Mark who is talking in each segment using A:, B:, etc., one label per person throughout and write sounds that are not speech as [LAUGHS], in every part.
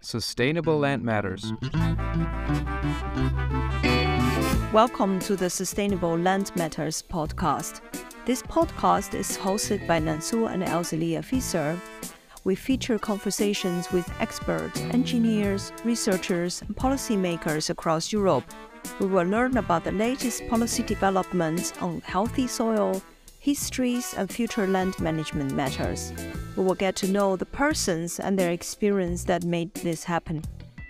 A: Sustainable Land Matters.
B: Welcome to the Sustainable Land Matters podcast. This podcast is hosted by Nansu and Elselia Fisser. We feature conversations with experts, engineers, researchers, and policymakers across Europe. We will learn about the latest policy developments on healthy soil, histories, and future land management matters. We will get to know the persons and their experience that made this happen.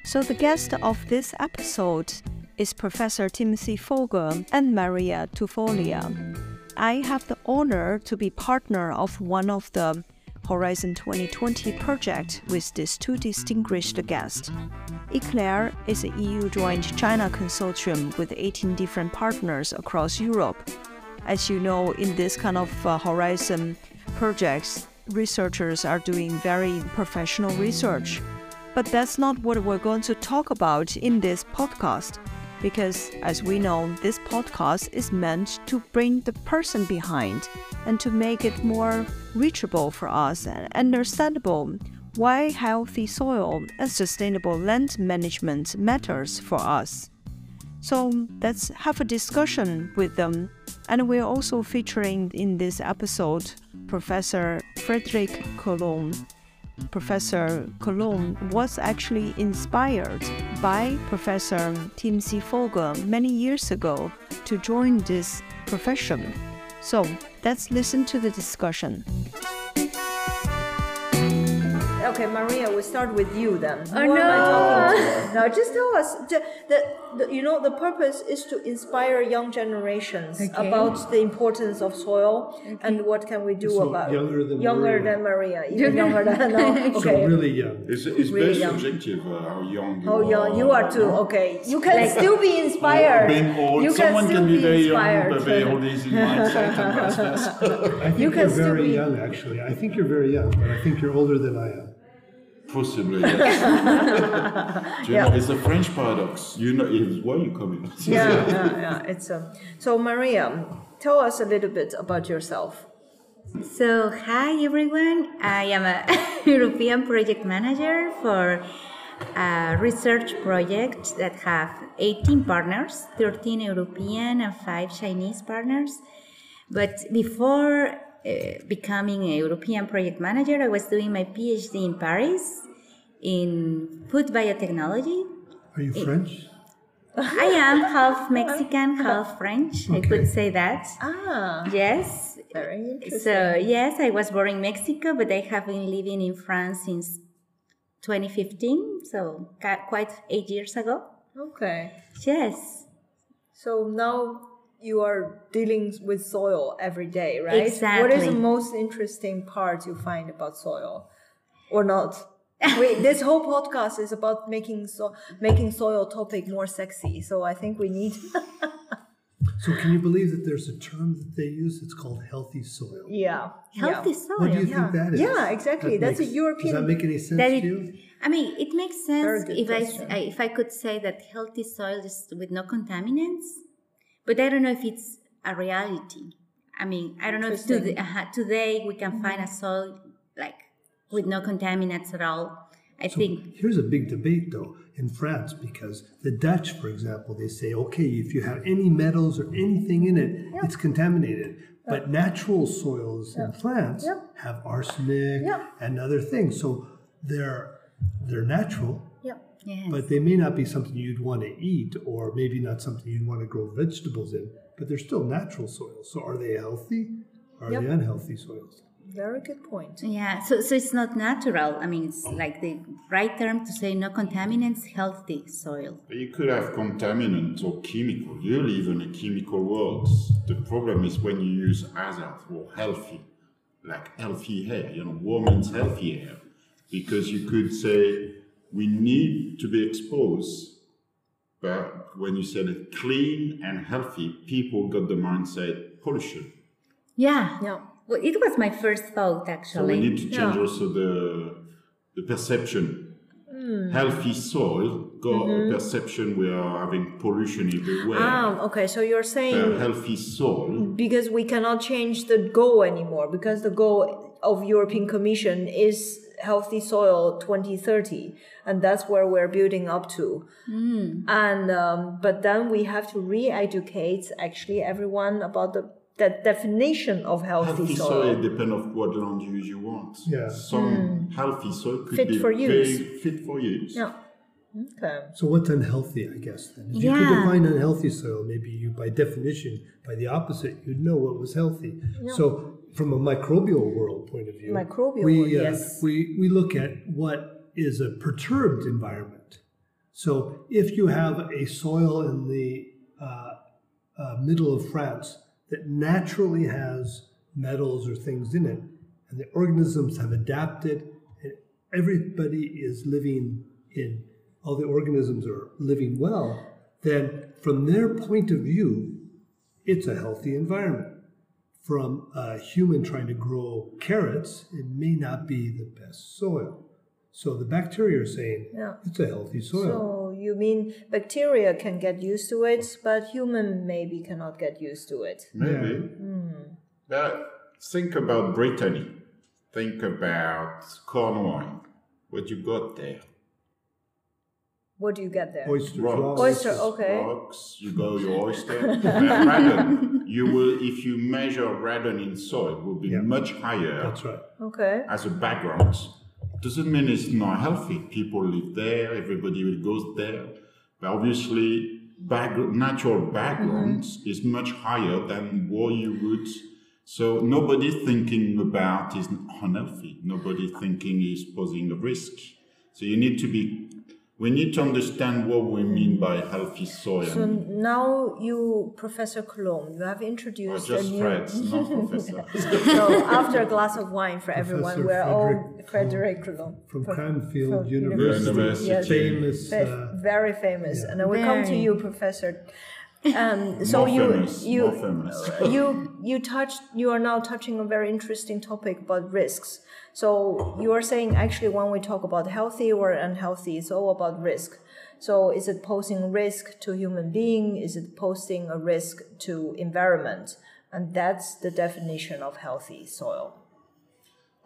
B: So, the guest of this episode is Professor Timothy Fogel and Maria Tufolia. I have the honor to be partner of one of the Horizon 2020 project with these two distinguished guests. Eclair is an EU joint China consortium with 18 different partners across Europe. As you know, in this kind of uh, Horizon projects, researchers are doing very professional research. But that's not what we're going to talk about in this podcast, because as we know, this podcast is meant to bring the person behind and to make it more reachable for us and understandable why healthy soil and sustainable land management matters for us. So let's have a discussion with them. And we're also featuring in this episode Professor Frederick Colon. Professor Colon was actually inspired by Professor Timothy Fogel many years ago to join this profession. So let's listen to the discussion. Okay, Maria, we start with you then.
C: Oh, no.
B: Now, just tell us ju- the, the, you know, the purpose is to inspire young generations
C: Okay.
B: about the importance of soil and what can we do
D: So
B: about
D: younger than
B: younger
D: Maria.
B: than Maria, even younger [LAUGHS] than no,
D: So
B: okay.
D: really young.
E: It's, it's
B: Really
E: very
B: young.
E: subjective uh, how young you
B: Oh,
E: are.
B: young, you are too. Okay, you can
C: Like-
B: still be
E: Or
B: inspired.
E: being old.
C: You can
E: Someone
C: still
E: can be
C: be
E: very
C: inspired.
E: young, but very old is in mindset and vice versa.
D: I think
C: You
D: you
C: can
D: are
C: still
D: very
C: be-
D: young, actually. I think you're very young, but I think you're older than I am.
E: Possibly, yes. Do you know, it's a French paradox. You know, it's where you coming from.
B: yeah, yeah, yeah. It's um, so Maria, tell us a little bit about yourself.
C: So, hi everyone. I am a [LAUGHS] European project manager for a research project that have 18 partners, 13 European and 5 Chinese partners. But before uh, becoming a European project manager, I was doing my PhD in Paris in food biotechnology.
D: Are you French?
C: I am half Mexican, half French. I could say that.
B: Ah,
C: Yes,
B: very interesting.
C: So yes, I was born in Mexico, but I have been living in France since 2015, so ca- quite eight years ago.
B: Okay,
C: Yes,
B: so now you are dealing with soil every day, right? What is
C: Exactly.
B: the most interesting part you find about soil, or not? we, this whole podcast is about making so making soil topic more sexy. So I think we need [LAUGHS]
D: So can you believe that there's a term that they use? It's called healthy soil.
B: yeah
C: healthy
B: yeah.
C: soil.
D: What do you
B: Yeah.
D: think that is?
B: Yeah, exactly. That's a European-
D: Does that make any sense
C: That
D: to
C: it-
D: you?
C: I mean, it makes
B: Very
C: sense
B: good
C: if I, s-
B: question.
C: I- if I could say that healthy soil is with no contaminants, but I don't know if it's a reality. I mean, I don't know if today, uh, today we can find a
B: Mm-hmm.
C: soil like with no contaminants at all. I
D: So
C: think
D: here's a big debate, though, in France, because the Dutch, for example, they say, okay, if you have any metals or anything in it, it's contaminated. But natural soils in plants
B: Yeah.
D: have arsenic
B: Yeah.
D: and other things, so they're they're natural,
B: yeah.
C: yes.
D: but they may not be something you'd want to eat, or maybe not something you'd want to grow vegetables in. But they're still natural soils. So are they healthy? Are they unhealthy soils?
B: Very good point.
C: Yeah, so, so it's not natural. I mean, it's like the right term to say no contaminants, healthy soil.
E: But You could have contaminant or chemical. You live in a chemical world. The problem is when you use hazard or healthy, like healthy hair, you know, woman's healthy hair, because you could say we need to be exposed. But when you said it clean and healthy, people got the mindset pollution.
C: Yeah.
B: Yeah.
C: Well, it was my first thought,
E: So we
C: actually.
E: need to change also the the perception. Healthy soil got a perception we are having pollution everywhere.
B: Ah, okay. So you're
E: a
B: saying
E: Uh, healthy soul.
B: Mm. because we cannot change the goal anymore because the goal of European Commission is Healthy Soil 2030, and that's where we're building up to. And um, but then we have to re-educate actually everyone about the, the definition of healthy,
E: Healthy soil depends of what land use you want.
D: Yeah.
E: Some healthy soil could
B: Mm. Fit
E: be
B: for
E: very
B: use.
E: fit for use.
B: Yeah. Okay.
D: So what's unhealthy, I guess, then? If you could
C: Yeah.
D: define unhealthy soil, maybe you, by definition, by the opposite, you'd know what was healthy. So from a microbial world point of view,
B: Microbial
D: we, uh,
B: world, yes.
D: we, we look at what is a perturbed environment. So if you have a soil in the uh, uh, middle of France that naturally has metals or things in it, and the organisms have adapted, and everybody is living in, all the organisms are living well, then from their point of view, it's a healthy environment. From a human trying to grow carrots, it may not be the best soil. So the bacteria are saying
B: Yeah.
D: it's a healthy soil.
B: So you mean bacteria can get used to it, but human maybe cannot get used to it.
E: Maybe. But think about Brittany. Think about Cornwall. What you got there?
B: What do you get there?
D: Oysters,
E: Right.
D: raw
B: Oyster,
D: oysters.
B: okay.
E: Rocks, you go your
B: [LAUGHS]
E: oyster. And radon, you will, if you measure radon in soil, will be
D: Yeah.
E: much higher
D: That's right.
B: Okay.
E: as a background. Doesn't mean it's not healthy. People live there, everybody will goes there. But obviously, back, natural background
B: Mm-hmm.
E: is much higher than what you would. So nobody's thinking about is unhealthy. Nobody thinking is posing a risk. So you need to be. We need to understand what we mean by healthy soil.
B: So now you, Professor Colomb, you have
E: or
B: introduced a
E: just
B: new. [LAUGHS]
E: Fred's, not professor. [LAUGHS]
B: so after a glass of wine for everyone,
D: Professor
B: we're all Frederick
D: Frederick
B: Colomb.
D: From
B: Pro-
D: Cranfield
B: from
D: University,
E: University. Yes.
D: famous.
B: Fa-
D: Uh,
B: very famous, and I will come to
C: Very.
B: you, Professor. Um, so
E: More
B: you
E: famous,
B: you
E: more famous.
B: [LAUGHS] you you touched you are now touching a very interesting topic about risks. So you are saying actually when we talk about healthy or unhealthy, it's all about risk. So is it posing risk to human being? Is it posing a risk to environment? And that's the definition of healthy soil.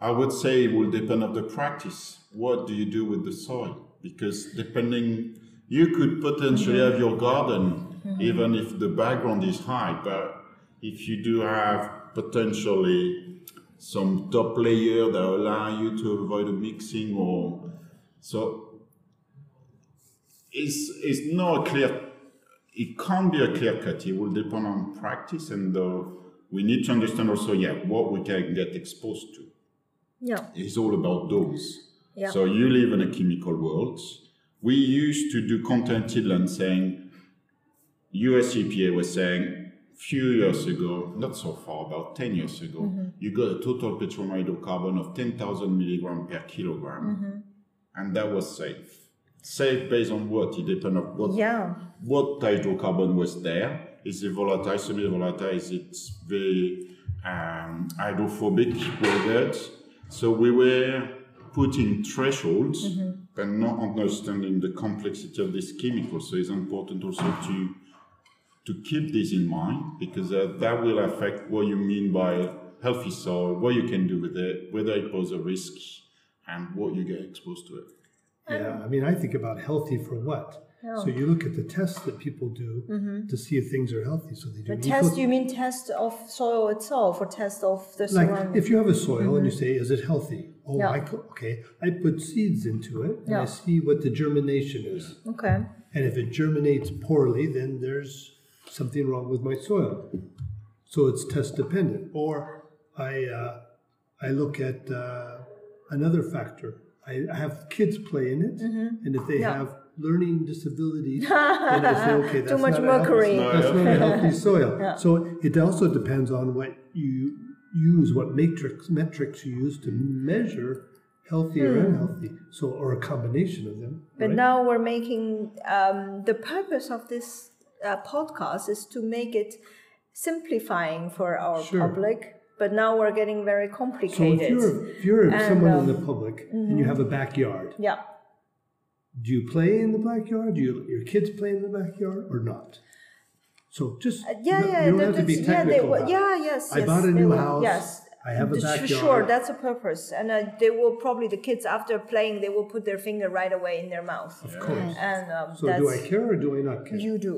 E: I would say it will depend on the practice. What do you do with the soil? Because depending, you could potentially have your garden, even if the background is high, but if you do have potentially some top layer that allow you to avoid a mixing or so it's it's not a clear it can't be a clear cut. It will depend on practice and uh, we need to understand also yeah what we can get exposed to
B: Yeah.
E: is all about dose.
B: Yeah.
E: So you live in a chemical world. We used to do content inland saying, US EPA was saying few years ago, not so far, about 10 years ago, you got a total petromidocarbon of 10,000 milligram per kilogram. And that was safe. Safe based on what? It depends on what
B: Yeah.
E: what hydrocarbon was there? Is it volatile, semi-volatile? Is it very um, hydrophobic, weathered? So we were putting thresholds, but not understanding the complexity of this chemical. So it's important also to to keep this in mind because uh, that will affect what you mean by healthy soil, what you can do with it, whether it poses a risk, and what you get exposed to it.
D: Yeah, I mean, I think about healthy for what.
B: Oh.
D: So you look at the tests that people do to see if things are healthy. So they do
B: Mm-hmm.
D: E
B: The
D: eco-
B: test, you mean test of soil itself or test of the
D: like
B: surrounding?
D: if you have a soil and you say, "Is it healthy?" Oh,
B: Mm-hmm. Yeah.
D: I co- okay, I put seeds into it and I
B: Yeah.
D: see what the germination is.
B: okay.
D: And if it germinates poorly, then there's something wrong with my soil. So it's test dependent. Or I, uh, I look at uh, another factor. I, I have kids play in it, and if they
B: Mm-hmm. Yeah.
D: have learning
B: [LAUGHS]
D: disabilities, then I say, okay, that's
B: much
D: not a healthy-
B: mercury.
D: that's not a
B: [LAUGHS]
D: healthy soil. So it also depends on what you use, what matrix metrics you use to measure healthy or unhealthy. So or a combination of them.
B: Hmm. But
D: right?
B: now we're making um, the purpose of this uh, podcast is to make it simplifying for our
D: Sure.
B: public. But now we're getting very
D: So if
B: complicated.
D: you're, if you're
B: And,
D: someone in the
B: um,
D: public and you have a backyard,
B: yeah.
D: do you play in the backyard? Do you let your kids play in the backyard or not? So just
B: Uh, yeah,
D: no-
B: yeah,
D: you don't
B: that-
D: have to be
B: that's- yeah, they
D: technical.
B: will-
D: about it.
B: yeah, yes,
D: I
B: yes,
D: bought a
B: they
D: new
B: will,
D: house.
B: yes.
D: I I have a backyard.
B: Sure, that's the purpose. And uh, they will probably, the kids after playing, they will put their finger right away in their mouth.
D: Of course.
B: And um,
D: So
B: that's,
D: do I care or do I not care?
B: you do.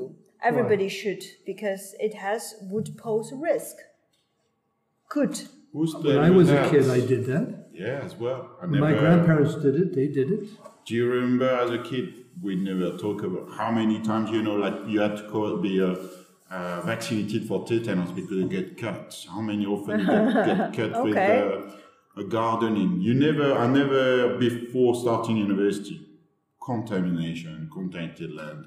B: Everybody should because it has, would pose risk. Could.
E: Who's
D: When I was a kid, I did that.
E: Yeah, as well. I
D: My
E: never-
D: grandparents did it. They did it.
E: Do you remember as a kid, we never talk about how many times, you know, like you had to go be uh, uh, vaccinated for tetanus because you get cut. How many often you get,
B: [LAUGHS]
E: get cut with
B: Okay.
E: uh, a gardening? You never, I never, before starting university, contamination, contaminated land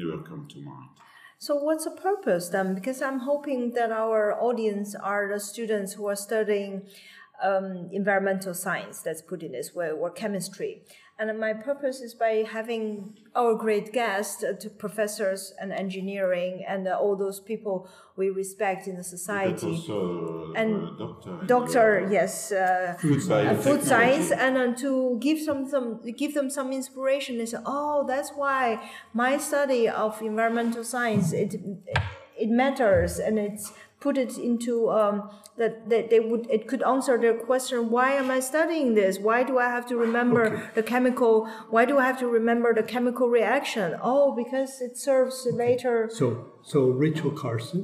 E: never come to mind.
B: So what's the purpose then? Because I'm hoping that our audience are the students who are studying um, environmental science, let's put it this way, or chemistry. And my purpose is by having our great guests, uh, to professors and engineering and uh, all those people we respect in the
E: But
B: society.
E: also, uh,
B: And
E: doctor.
B: Doctor, yes, uh,
E: Food
B: uh,
E: science.
B: food science
E: technology.
B: and uh, to give some, some give them some inspiration and say oh that's why my study of environmental science it it matters and it's put it into um, that, that they would it could answer their question why am i studying this why do i have to remember the chemical why do i have to remember the chemical reaction oh because it serves later
D: So, so Rachel Carson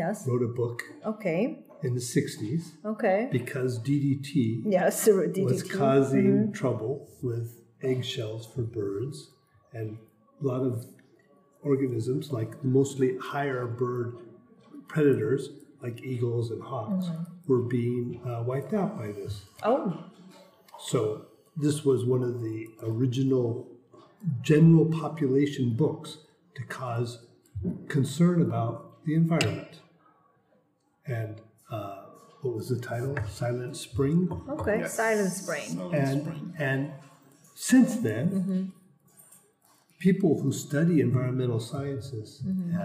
B: yes
D: wrote a book
B: okay
D: in the 60s
B: okay
D: because DDT
B: yes [LAUGHS]
D: was
B: DDT.
D: causing trouble with eggshells for birds and a lot of organisms, like mostly higher bird predators, like eagles and hawks, were being uh, wiped out by this.
B: oh
D: So this was one of the original general population books to cause concern about the environment. And uh, what was the title? Silent Spring.
B: okay
E: Yes.
B: silent spring
E: Silent spring.
D: And, and since then, people who study environmental sciences and,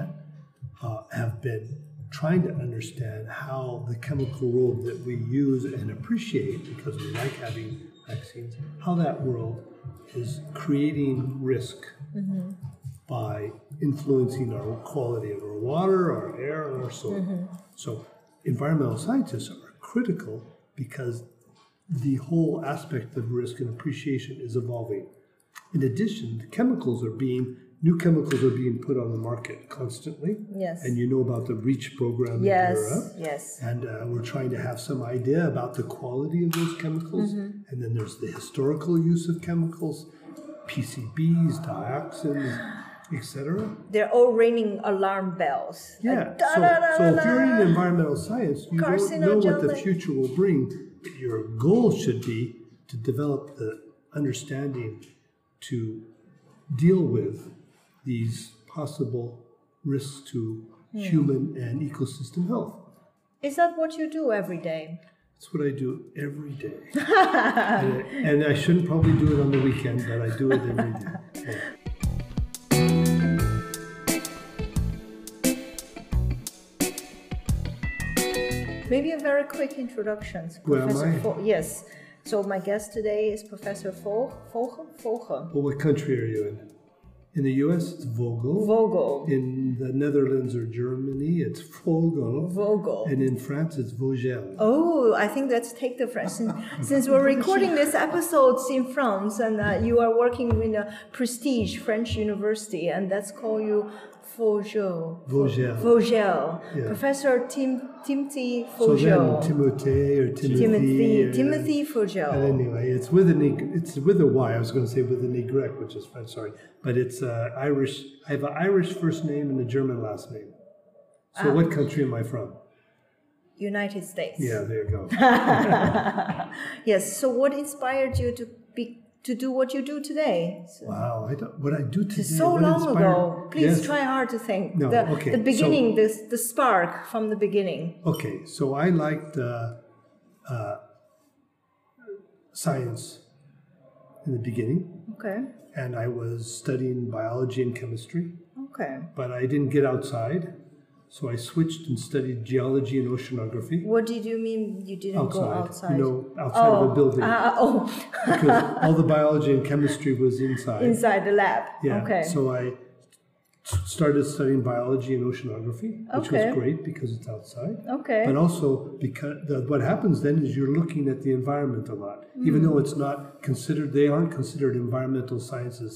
D: uh, have been trying to understand how the chemical world that we use and appreciate because we like having vaccines, how that world is creating risk by influencing our quality of our water, our air, and our soil. So, environmental scientists are critical because the whole aspect of risk and appreciation is evolving. In addition, the chemicals are being new chemicals are being put on the market constantly.
B: Yes.
D: And you know about the REACH program in Europe.
B: yes yes
D: And uh, we're trying to have some idea about the quality of those chemicals. And then there's the historical use of chemicals, PCBs, dioxins, etc.
B: they're all ringing alarm bells.
D: Yeah.
B: Like,
D: So, so if you're
B: da-da-da-da-da.
D: in environmental science, you don't know what the
B: Carcinogenic.
D: future will bring. But your goal should be to develop the understanding to deal with these possible risks to
B: Hmm.
D: human and ecosystem health.
B: Is that what you do every day?
D: That's what I do every
B: [LAUGHS]
D: day. and, I, and I shouldn't probably do it on the weekend, but I do it every day.
B: [LAUGHS]
D: Yeah.
B: Maybe a very quick introduction.
D: Who am
B: Professor
D: I?
B: Vogel- yes. So my guest today is Professor Vogel. Vogel. Vogel.
D: Well, what country are you in? In the US, it's Vogel.
B: Vogel.
D: In the Netherlands or Germany, it's Vogel.
B: Vogel.
D: And in France, it's Vogel.
B: Oh, I think let's take the
D: [LAUGHS]
B: French. Since, since we're recording this episode in France, and uh, you are working in a prestige French university, and that's called you Vogel.
D: Vogel.
B: Vogel.
D: Yeah.
B: Professor Tim Timothy
D: So
B: Vogel.
D: then Timothée or Timothy.
B: Timothy,
D: or-
B: Timothy
D: And
B: Fugel.
D: anyway, it's with an e- it's with a Y. I was going to say with an Y, which is French. Sorry, but it's uh, Irish. I have an Irish first name and a German last name. So
B: Ah.
D: what country am I from?
B: United States.
D: Yeah, there you go.
B: [LAUGHS] Yes. So, what inspired you to be to do what you do today? So,
D: wow, I don't, what I do today.
B: so
D: what
B: long
D: inspired-
B: ago. Please
D: Yes.
B: try hard to think.
D: No,
B: the,
D: okay,
B: the
D: so-
B: beginning, this the spark from the beginning.
D: Okay, so I liked uh, uh, science in the beginning,
B: Okay.
D: and I was studying biology and chemistry,
B: Okay.
D: but I didn't get outside, so I switched and studied geology and oceanography
B: What did you mean? You didn't go
D: outside,
B: outside?
D: you know, outside of a building,
B: Ah, oh, [LAUGHS]
D: because all the biology and chemistry was inside.
B: inside the lab.
D: Yeah,
B: Okay.
D: so I s- started studying biology and oceanography, which
B: Okay.
D: was great because it's outside.
B: Okay.
D: But also because the, what happens then is you're looking at the environment a lot, even though it's not considered. They aren't considered environmental sciences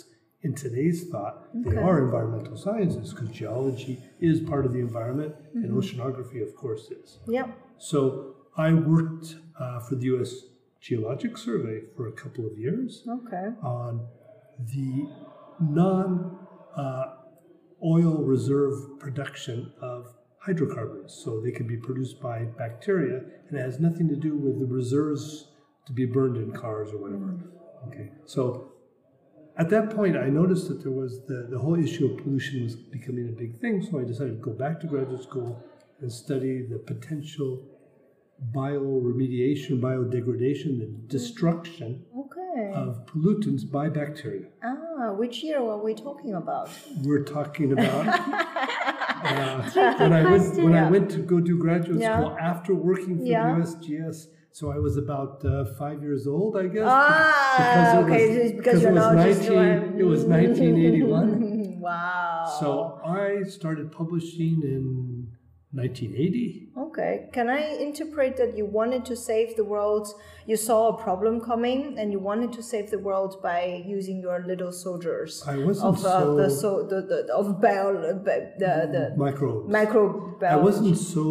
D: in today's thought. They are environmental sciences because geology is part of the environment, and oceanography, of course, is.
B: Yeah.
D: So I worked uh, for the U.S. Geologic Survey for a couple of years
B: Okay.
D: on the non uh, oil reserve production of hydrocarbons. So they can be produced by bacteria and it has nothing to do with the reserves to be burned in cars or whatever. Okay. So at that point, I noticed that there was the, the whole issue of pollution was becoming a big thing. So I decided to go back to graduate school and study the potential bioremediation, biodegradation, the destruction
B: Okay.
D: of pollutants by bacteria.
B: ah, which year were we talking about?
D: We're talking
B: [LAUGHS]
D: about uh, when, I went, when I went to go do graduate
B: Yeah.
D: school after working for
B: Yeah.
D: the USGS. So I was about uh, five years old, I guess.
B: Ah,
D: because it
B: okay.
D: was-
B: so it's
D: because
B: because
D: it
B: you're
D: was
B: now just
D: 19 it was 1981.
B: [LAUGHS] wow.
D: So I started publishing in 1980.
B: Okay. Can I interpret that you wanted to save the world? You saw a problem coming, and you wanted to save the world by using your little soldiers
D: I wasn't
B: of uh, the
D: so-
B: so the, the of bio, the the
D: Microbes.
B: microbiology.
D: I wasn't so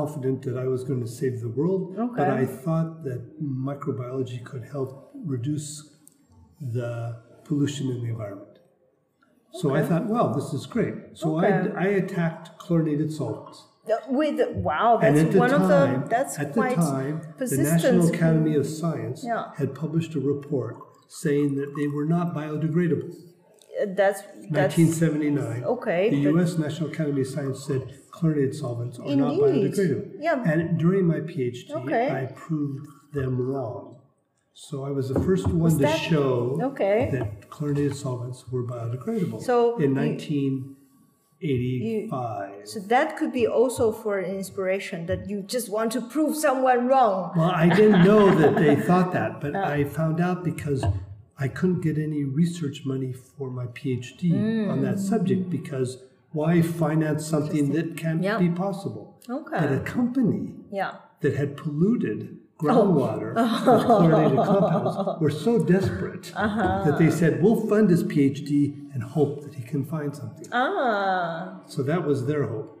D: confident that I was going to save the world, but
B: Okay.
D: I thought that microbiology could help reduce the pollution in the environment. So I thought, well, this is great. So
B: Okay.
D: I, I attacked chlorinated solvents.
B: Uh, With wow,
D: and
B: that's
D: at the
B: one
D: time,
B: of the that's
D: at
B: quite
D: the time, the
B: persistent.
D: National Academy of Science
B: Yeah.
D: had published a report saying that they were not biodegradable.
B: Uh, that's that's
D: 1979.
B: okay,
D: The
B: but-
D: U.S. National Academy of Science said chlorinated solvents are not
B: Indeed.
D: biodegradable.
B: Yeah.
D: And during my PhD,
B: Okay.
D: I proved them wrong. So I was the first one to
B: that-
D: show
B: okay.
D: that chlorinated solvents were biodegradable.
B: So
D: in
B: you-
D: 1985.
B: so that could be also for an inspiration that you just want to prove someone wrong.
D: Well, I didn't know that they thought that, but I found out because I couldn't get any research money for my PhD on that subject because why finance something that can't
B: Yeah.
D: be possible? But a
B: Okay.
D: company
B: Yeah.
D: that had polluted groundwater with chlorinated compounds were so desperate that they said, we'll fund his PhD and hope that he can find something.
B: Uh. Ah,
D: So that was their hope.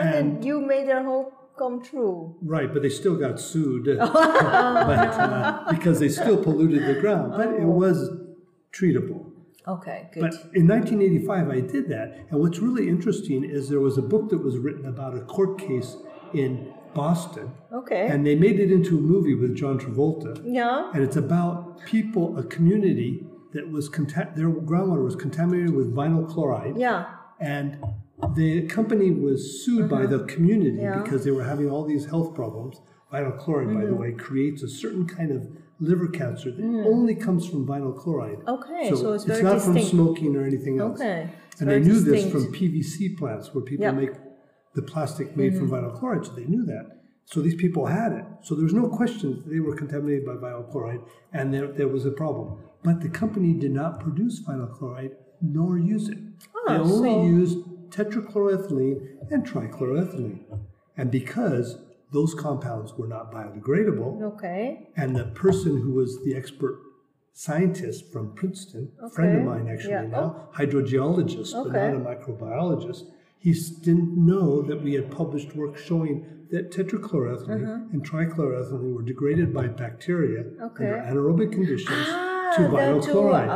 B: and, then you made their hope come true.
D: Right, but they still got sued [LAUGHS] but, uh, because they still polluted the ground. But it was treatable.
B: Okay, good.
D: But in 1985, I did that. And what's really interesting is there was a book that was written about a court case in Boston,
B: okay.
D: and they made it into a movie with John Travolta.
B: yeah.
D: And it's about people, a community that was contam- their groundwater was contaminated with vinyl chloride
B: Yeah.
D: and the company was sued by the community
B: Mm-hmm. Yeah. Mm-hmm.
D: because they were having all these health problems. Vinyl chloride, by the way, creates a certain kind of liver cancer that only comes from vinyl chloride.
B: Mm. Okay, so it's very
D: not
B: distinct.
D: from smoking or anything else.
B: Okay, it's
D: and
B: very
D: they knew this
B: distinct.
D: from PVC plants where people
B: Yeah.
D: make the plastic made from
B: Mm-hmm.
D: vinyl chloride, so they knew that. So these people had it. So there was no question that they were contaminated by vinyl chloride and there, there was a problem. But the company did not produce vinyl chloride nor use it. they
B: Ah,
D: only
B: so-
D: used tetrachloroethylene and trichloroethylene. And because those compounds were not biodegradable,
B: Okay.
D: and the person who was the expert scientist from Princeton, a friend
B: Okay,
D: of mine actually
B: yeah. Oh.
D: now, hydrogeologist, but
B: Okay.
D: not a microbiologist, he s- didn't know that we had published work showing that tetrachloroethylene
B: Uh-huh.
D: and trichloroethylene were degraded by bacteria under
B: Okay.
D: anaerobic conditions to
B: Ah,
D: vinyl
B: that too.
D: chloride.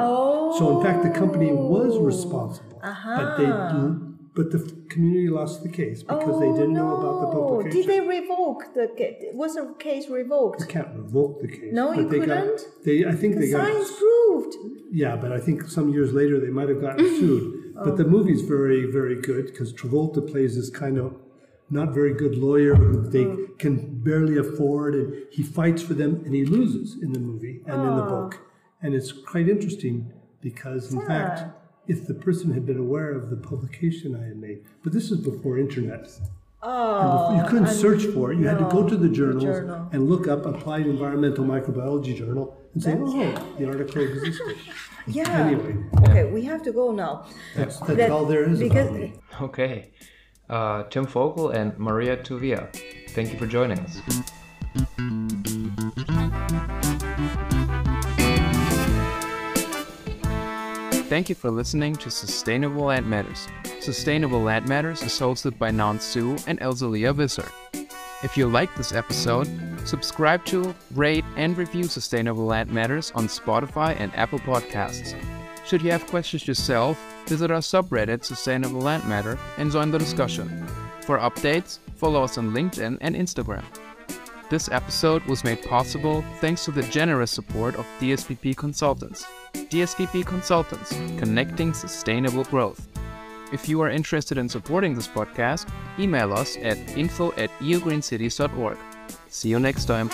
D: So in fact, the company was
B: Oh. Uh-huh.
D: responsible, but they didn't- but the f- community lost the case because they
B: Oh,
D: didn't know about the
B: no.
D: publication.
B: Did they revoke the case? Was the case
D: You
B: revoked?
D: can't revoke the case.
B: No,
D: but
B: you
D: they
B: couldn't?
D: Got, they, I think
B: The
D: they got.
B: science proved.
D: Yeah, but I think some years later they might have gotten sued. But the movie's very, very good because Travolta plays this kind of not very good lawyer who they can barely afford, and he fights for them, and he loses in the movie and in the book. And it's quite interesting because, in fact, if the person had been aware of the publication I had made, but this is before internet. Oh, you couldn't search for it. You had to go to the journals
B: journal.
D: and look up Applied Environmental Microbiology Journal and say, oh, the article existed.
B: Yeah.
D: Anyway.
B: Okay, we have to go now.
D: That's, that's
B: That-
D: all there is
B: because-
D: about me.
A: Okay. Uh, Tim Fogel and Maria Tuvia, thank you for joining us. Thank you for listening to Sustainable Land Matters. Sustainable Land Matters is hosted by Nan Su and Elzalia Visser. If you like this episode, subscribe to, rate, and review Sustainable Land Matters on Spotify and Apple Podcasts. Should you have questions yourself, visit our subreddit Sustainable Land Matter and join the discussion. For updates, follow us on LinkedIn and Instagram. This episode was made possible thanks to the generous support of DSPP Consultants. DSPP Consultants, connecting sustainable growth. If you are interested in supporting this podcast, email us at info at eogreencities.org. See you next time.